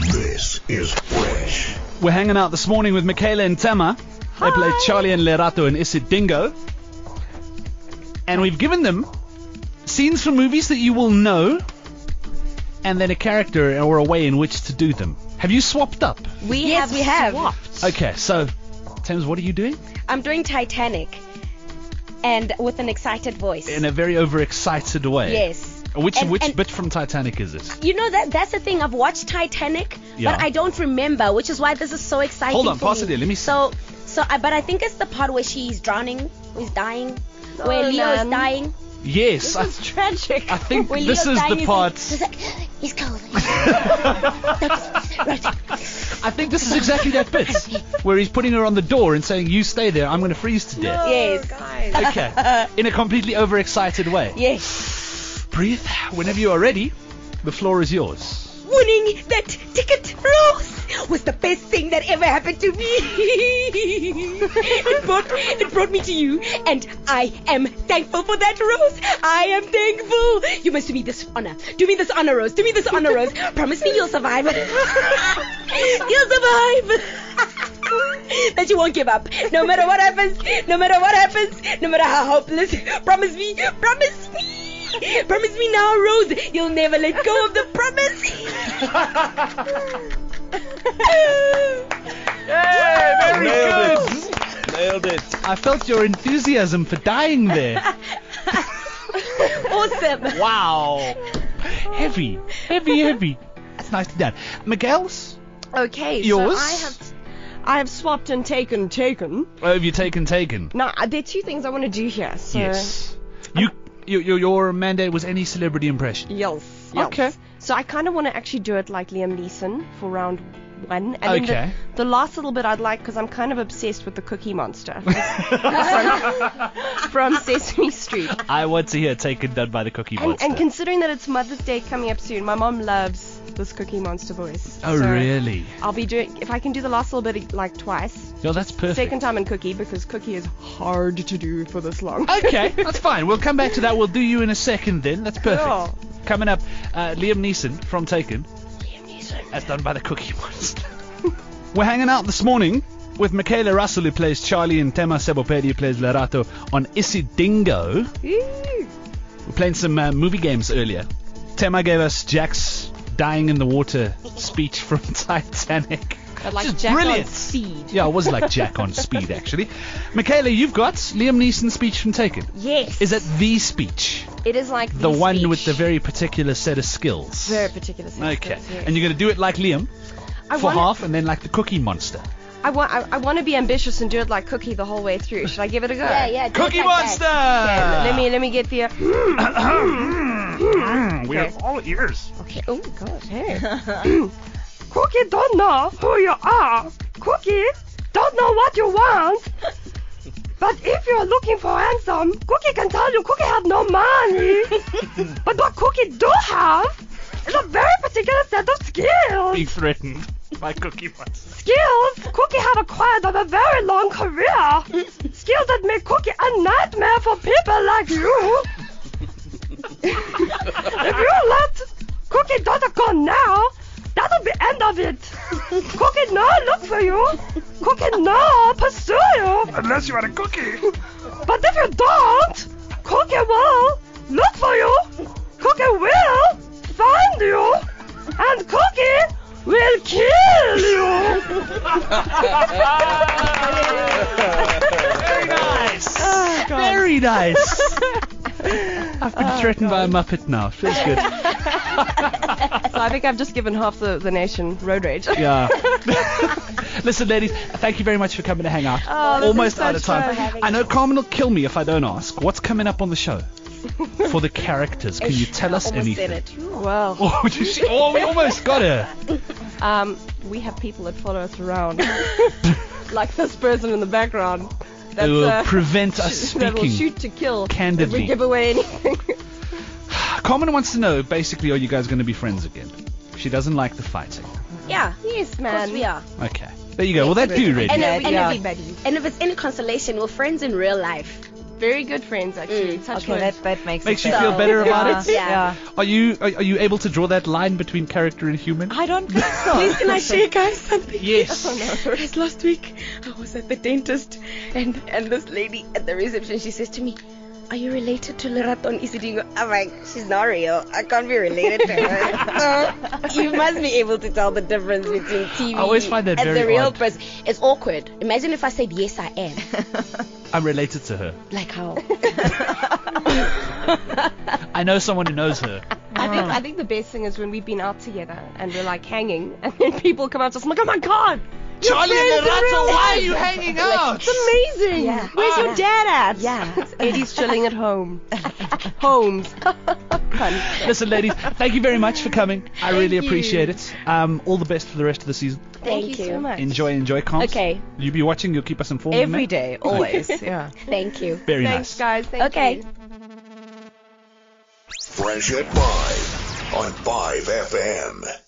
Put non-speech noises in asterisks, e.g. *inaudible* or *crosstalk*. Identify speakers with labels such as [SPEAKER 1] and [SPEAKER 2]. [SPEAKER 1] This is fresh. *laughs*
[SPEAKER 2] We're hanging out this morning with Michaela and Tama. They play Charlie and Lerato and Issa Dingo. And we've given them scenes from movies that you will know, and then a character or a way in which to do them. Have you swapped up?
[SPEAKER 3] We
[SPEAKER 4] Yes,
[SPEAKER 3] have
[SPEAKER 4] we have.
[SPEAKER 3] swapped.
[SPEAKER 2] Okay, so, Thames, what are you doing?
[SPEAKER 3] I'm doing Titanic, and with an excited voice.
[SPEAKER 2] In a very overexcited way.
[SPEAKER 3] yes.
[SPEAKER 2] Which
[SPEAKER 3] And-
[SPEAKER 2] which
[SPEAKER 3] and-
[SPEAKER 2] bit from Titanic is this?
[SPEAKER 3] You know that that's the thing. I've watched Titanic,
[SPEAKER 2] Yeah.
[SPEAKER 3] but I don't remember, which is why this is so exciting.
[SPEAKER 2] Hold on,
[SPEAKER 3] for
[SPEAKER 2] pass
[SPEAKER 3] me.
[SPEAKER 2] it here, let me see.
[SPEAKER 3] So, so I, but I think it's the part where she's drowning, who's dying, where
[SPEAKER 4] Oh,
[SPEAKER 3] Leo
[SPEAKER 4] man.
[SPEAKER 3] is dying.
[SPEAKER 2] Yes, I,
[SPEAKER 4] This is tragic.
[SPEAKER 2] I think
[SPEAKER 3] Where
[SPEAKER 2] this
[SPEAKER 3] Leo's
[SPEAKER 2] is
[SPEAKER 3] dying,
[SPEAKER 2] the
[SPEAKER 3] he's
[SPEAKER 2] part.
[SPEAKER 3] like- he's like, he's cold.
[SPEAKER 2] I think this is exactly that bit where he's putting her on the door and saying, "You stay there. I'm going to freeze to death."
[SPEAKER 3] Yes.
[SPEAKER 4] Oh, guys.
[SPEAKER 2] Okay, in a completely overexcited way.
[SPEAKER 3] yes.
[SPEAKER 2] Breathe. Whenever you are ready, the floor
[SPEAKER 5] *laughs*
[SPEAKER 2] is yours.
[SPEAKER 3] Winning that ticket rose was the best thing that ever happened to me. *laughs* it brought it brought me to you, and I am thankful for that rose. I am thankful. You must do me this honor. Do me this honor, Rose. Do me this honor, Rose. Promise me you'll survive. *laughs* you'll survive. that you won't give up, no matter what happens. No matter what happens. No matter how hopeless. Promise me. Promise
[SPEAKER 4] *laughs*
[SPEAKER 3] me. Promise me now, Rose. You'll never let go of the promise.
[SPEAKER 2] *laughs* very
[SPEAKER 5] Nailed it. Nailed it.
[SPEAKER 2] I felt your enthusiasm for dying there.
[SPEAKER 5] *laughs*
[SPEAKER 3] awesome.
[SPEAKER 2] wow. Heavy, heavy, heavy. That's nicely done. Miguel's.
[SPEAKER 4] Okay,
[SPEAKER 2] Yours?
[SPEAKER 4] so I have I have swapped and taken, taken.
[SPEAKER 2] Oh, have you taken taken?
[SPEAKER 4] Now uh, there are two things I want to do here. So
[SPEAKER 2] Yes. You, you, your, your mandate was any celebrity impression.
[SPEAKER 4] Yes. yes.
[SPEAKER 2] Okay.
[SPEAKER 4] So I kind of want to actually do it like Liam Neeson for round one. And then
[SPEAKER 2] Okay.
[SPEAKER 4] The, the last little bit I'd like because I'm kind of obsessed with the Cookie
[SPEAKER 2] *laughs*
[SPEAKER 4] Monster *laughs* from Sesame Street.
[SPEAKER 2] I want to hear taken done by the Cookie
[SPEAKER 4] And,
[SPEAKER 2] Monster.
[SPEAKER 4] and considering that it's Mother's Day coming up soon, my mom loves this Cookie Monster voice.
[SPEAKER 2] oh,
[SPEAKER 4] So
[SPEAKER 2] really?
[SPEAKER 4] I'll be doing if I can do the last little bit like twice.
[SPEAKER 2] No, that's perfect.
[SPEAKER 4] Second time in Cookie because Cookie is hard to do for this long. *laughs*
[SPEAKER 2] Okay, that's fine. We'll come back to that. We'll do you in a second then. That's perfect.
[SPEAKER 4] Yeah.
[SPEAKER 2] Coming up, uh, Liam Neeson from Taken. Liam Neeson. As done by the Cookie Monster. *laughs* We're hanging out this morning with Michaela Russell, who plays Charlie, and Tema Sebopedi, who plays Lerato, on Issy Dingo.
[SPEAKER 4] Ooh.
[SPEAKER 2] We're playing some uh, movie games earlier. Tema gave us Jack's dying in the
[SPEAKER 4] *laughs*
[SPEAKER 2] water speech from *laughs* Titanic.
[SPEAKER 4] But like
[SPEAKER 2] Just
[SPEAKER 4] Jack
[SPEAKER 2] brilliant.
[SPEAKER 4] on seed.
[SPEAKER 2] Yeah, it was like Jack on speed, actually. Michaela, you've got Liam Neeson's speech from Taken.
[SPEAKER 4] Yes.
[SPEAKER 2] Is it the speech?
[SPEAKER 4] It is like
[SPEAKER 2] The one with the
[SPEAKER 4] speech.
[SPEAKER 2] very particular set of skills.
[SPEAKER 4] very particular. sense
[SPEAKER 2] Okay.
[SPEAKER 4] of it, yes.
[SPEAKER 2] And you're going to do it like Liam
[SPEAKER 4] I
[SPEAKER 2] for
[SPEAKER 4] wanna,
[SPEAKER 2] half and then like the cookie monster.
[SPEAKER 4] I want. I, I want to be ambitious and do it like Cookie the whole way through. Should I give it a go?
[SPEAKER 3] Yeah, yeah. do it
[SPEAKER 2] Cookie
[SPEAKER 3] like
[SPEAKER 2] monster!
[SPEAKER 3] That.
[SPEAKER 2] *coughs*
[SPEAKER 4] Let me. Let me get the.
[SPEAKER 2] Mm, we
[SPEAKER 4] okay.
[SPEAKER 2] are all ears.
[SPEAKER 4] Okay. Oh my gosh. Hey. Cookie don't know who you are. Cookie don't know what you want. But if you're looking for handsome, Cookie can tell you Cookie had no money. but what Cookie do have is a very particular set of skills.
[SPEAKER 2] Being threatened by cookie monster.
[SPEAKER 4] skills Cookie had acquired over a very long career. skills that make Cookie a nightmare for people like you. if you let Cookie daughter go now, that'll be end of it. Cookie no look for you. Cookie no pursue you.
[SPEAKER 5] Unless you had a cookie.
[SPEAKER 4] But if you don't, Cookie will look for you. Cookie will find you. And Cookie will kill you.
[SPEAKER 2] Very nice. Ah, Very
[SPEAKER 4] *laughs*
[SPEAKER 2] nice. I've been threatened by a muppet now. Feels
[SPEAKER 4] *laughs*
[SPEAKER 2] good.
[SPEAKER 4] So I think I've just given half the, the nation road rage.
[SPEAKER 2] Yeah. Listen, ladies, thank you very much for coming to hang out.
[SPEAKER 4] Oh, this
[SPEAKER 2] Almost
[SPEAKER 4] is
[SPEAKER 2] out of
[SPEAKER 4] such
[SPEAKER 2] time.
[SPEAKER 4] fun.
[SPEAKER 2] I know Carmen will kill me if I don't ask. What's coming up on the
[SPEAKER 4] *laughs*
[SPEAKER 2] show? For the characters, can you tell us
[SPEAKER 3] Almost
[SPEAKER 2] anything?
[SPEAKER 3] said it.
[SPEAKER 4] *laughs* Well,
[SPEAKER 2] *laughs* Oh, did you see? Oh, we almost got
[SPEAKER 4] *laughs*
[SPEAKER 2] her.
[SPEAKER 4] um, we have people that follow us around, *laughs* like this person in the background.
[SPEAKER 2] It
[SPEAKER 4] That's,
[SPEAKER 2] will
[SPEAKER 4] uh, *laughs*
[SPEAKER 2] prevent us
[SPEAKER 4] that will
[SPEAKER 2] speaking.
[SPEAKER 4] shoot to kill. If
[SPEAKER 2] Candidly.
[SPEAKER 4] we give away anything.
[SPEAKER 2] Carmen wants to know basically, are you guys going to be friends again? She doesn't like the fighting.
[SPEAKER 3] Yeah.
[SPEAKER 4] yes,
[SPEAKER 3] Of course we are.
[SPEAKER 2] Okay. There you go. Well, that do ready.
[SPEAKER 3] And,
[SPEAKER 4] Yeah,
[SPEAKER 3] if, and,
[SPEAKER 4] yeah.
[SPEAKER 3] If, we- and if it's any consolation, we're friends in real life.
[SPEAKER 4] very good friends, actually. Touch
[SPEAKER 6] Mm. Okay,
[SPEAKER 4] wood.
[SPEAKER 6] that, that makes,
[SPEAKER 2] Makes
[SPEAKER 6] it
[SPEAKER 2] you feel better about
[SPEAKER 6] yeah,
[SPEAKER 2] it?
[SPEAKER 6] Yeah.
[SPEAKER 2] Are you are, are you able to draw that line between character and human?
[SPEAKER 6] I don't think so.
[SPEAKER 3] Please,
[SPEAKER 4] *laughs*
[SPEAKER 3] can I share guys something?
[SPEAKER 2] Yes.
[SPEAKER 4] Oh,
[SPEAKER 3] Guys, last week I was at the dentist, and and this lady at the reception she says to me, "Are you related to Leraton Isidingo?" I'm like, "She's not real. I can't be related to her." so you must be able to tell the difference between TV
[SPEAKER 2] I always find that
[SPEAKER 3] and
[SPEAKER 2] very
[SPEAKER 3] the
[SPEAKER 2] odd.
[SPEAKER 3] real person. It's awkward. Imagine if I said, "Yes, I am."
[SPEAKER 2] I'm related to her.
[SPEAKER 3] Like how?
[SPEAKER 2] I know someone who knows her.
[SPEAKER 4] I think I think the best thing is when we've been out together and we're like hanging, *laughs* and then people come up to us and like, oh my god, your
[SPEAKER 2] Charlie
[SPEAKER 4] friends
[SPEAKER 2] and
[SPEAKER 4] are
[SPEAKER 2] Lerato,
[SPEAKER 4] real
[SPEAKER 2] why are
[SPEAKER 4] life.
[SPEAKER 2] you hanging out?
[SPEAKER 4] It's amazing.
[SPEAKER 6] Yeah.
[SPEAKER 4] Where's your
[SPEAKER 3] Ah.
[SPEAKER 4] dad at? *laughs*
[SPEAKER 6] Yeah.
[SPEAKER 4] Eddie's chilling at home. Homes.
[SPEAKER 2] Listen, ladies, thank you very much for coming. I really appreciate it. Um, all the best for the rest of the season.
[SPEAKER 4] Thank, you so much.
[SPEAKER 2] Enjoy, enjoy comps.
[SPEAKER 3] Okay.
[SPEAKER 2] You'll be watching. You'll keep us informed.
[SPEAKER 6] Every
[SPEAKER 2] mate?
[SPEAKER 6] day, always. Yeah.
[SPEAKER 3] Thank you.
[SPEAKER 2] Very
[SPEAKER 4] Thanks,
[SPEAKER 2] nice.
[SPEAKER 4] guys. Thank
[SPEAKER 3] Okay.
[SPEAKER 4] you.
[SPEAKER 1] Fresh at 5 on 5 FM.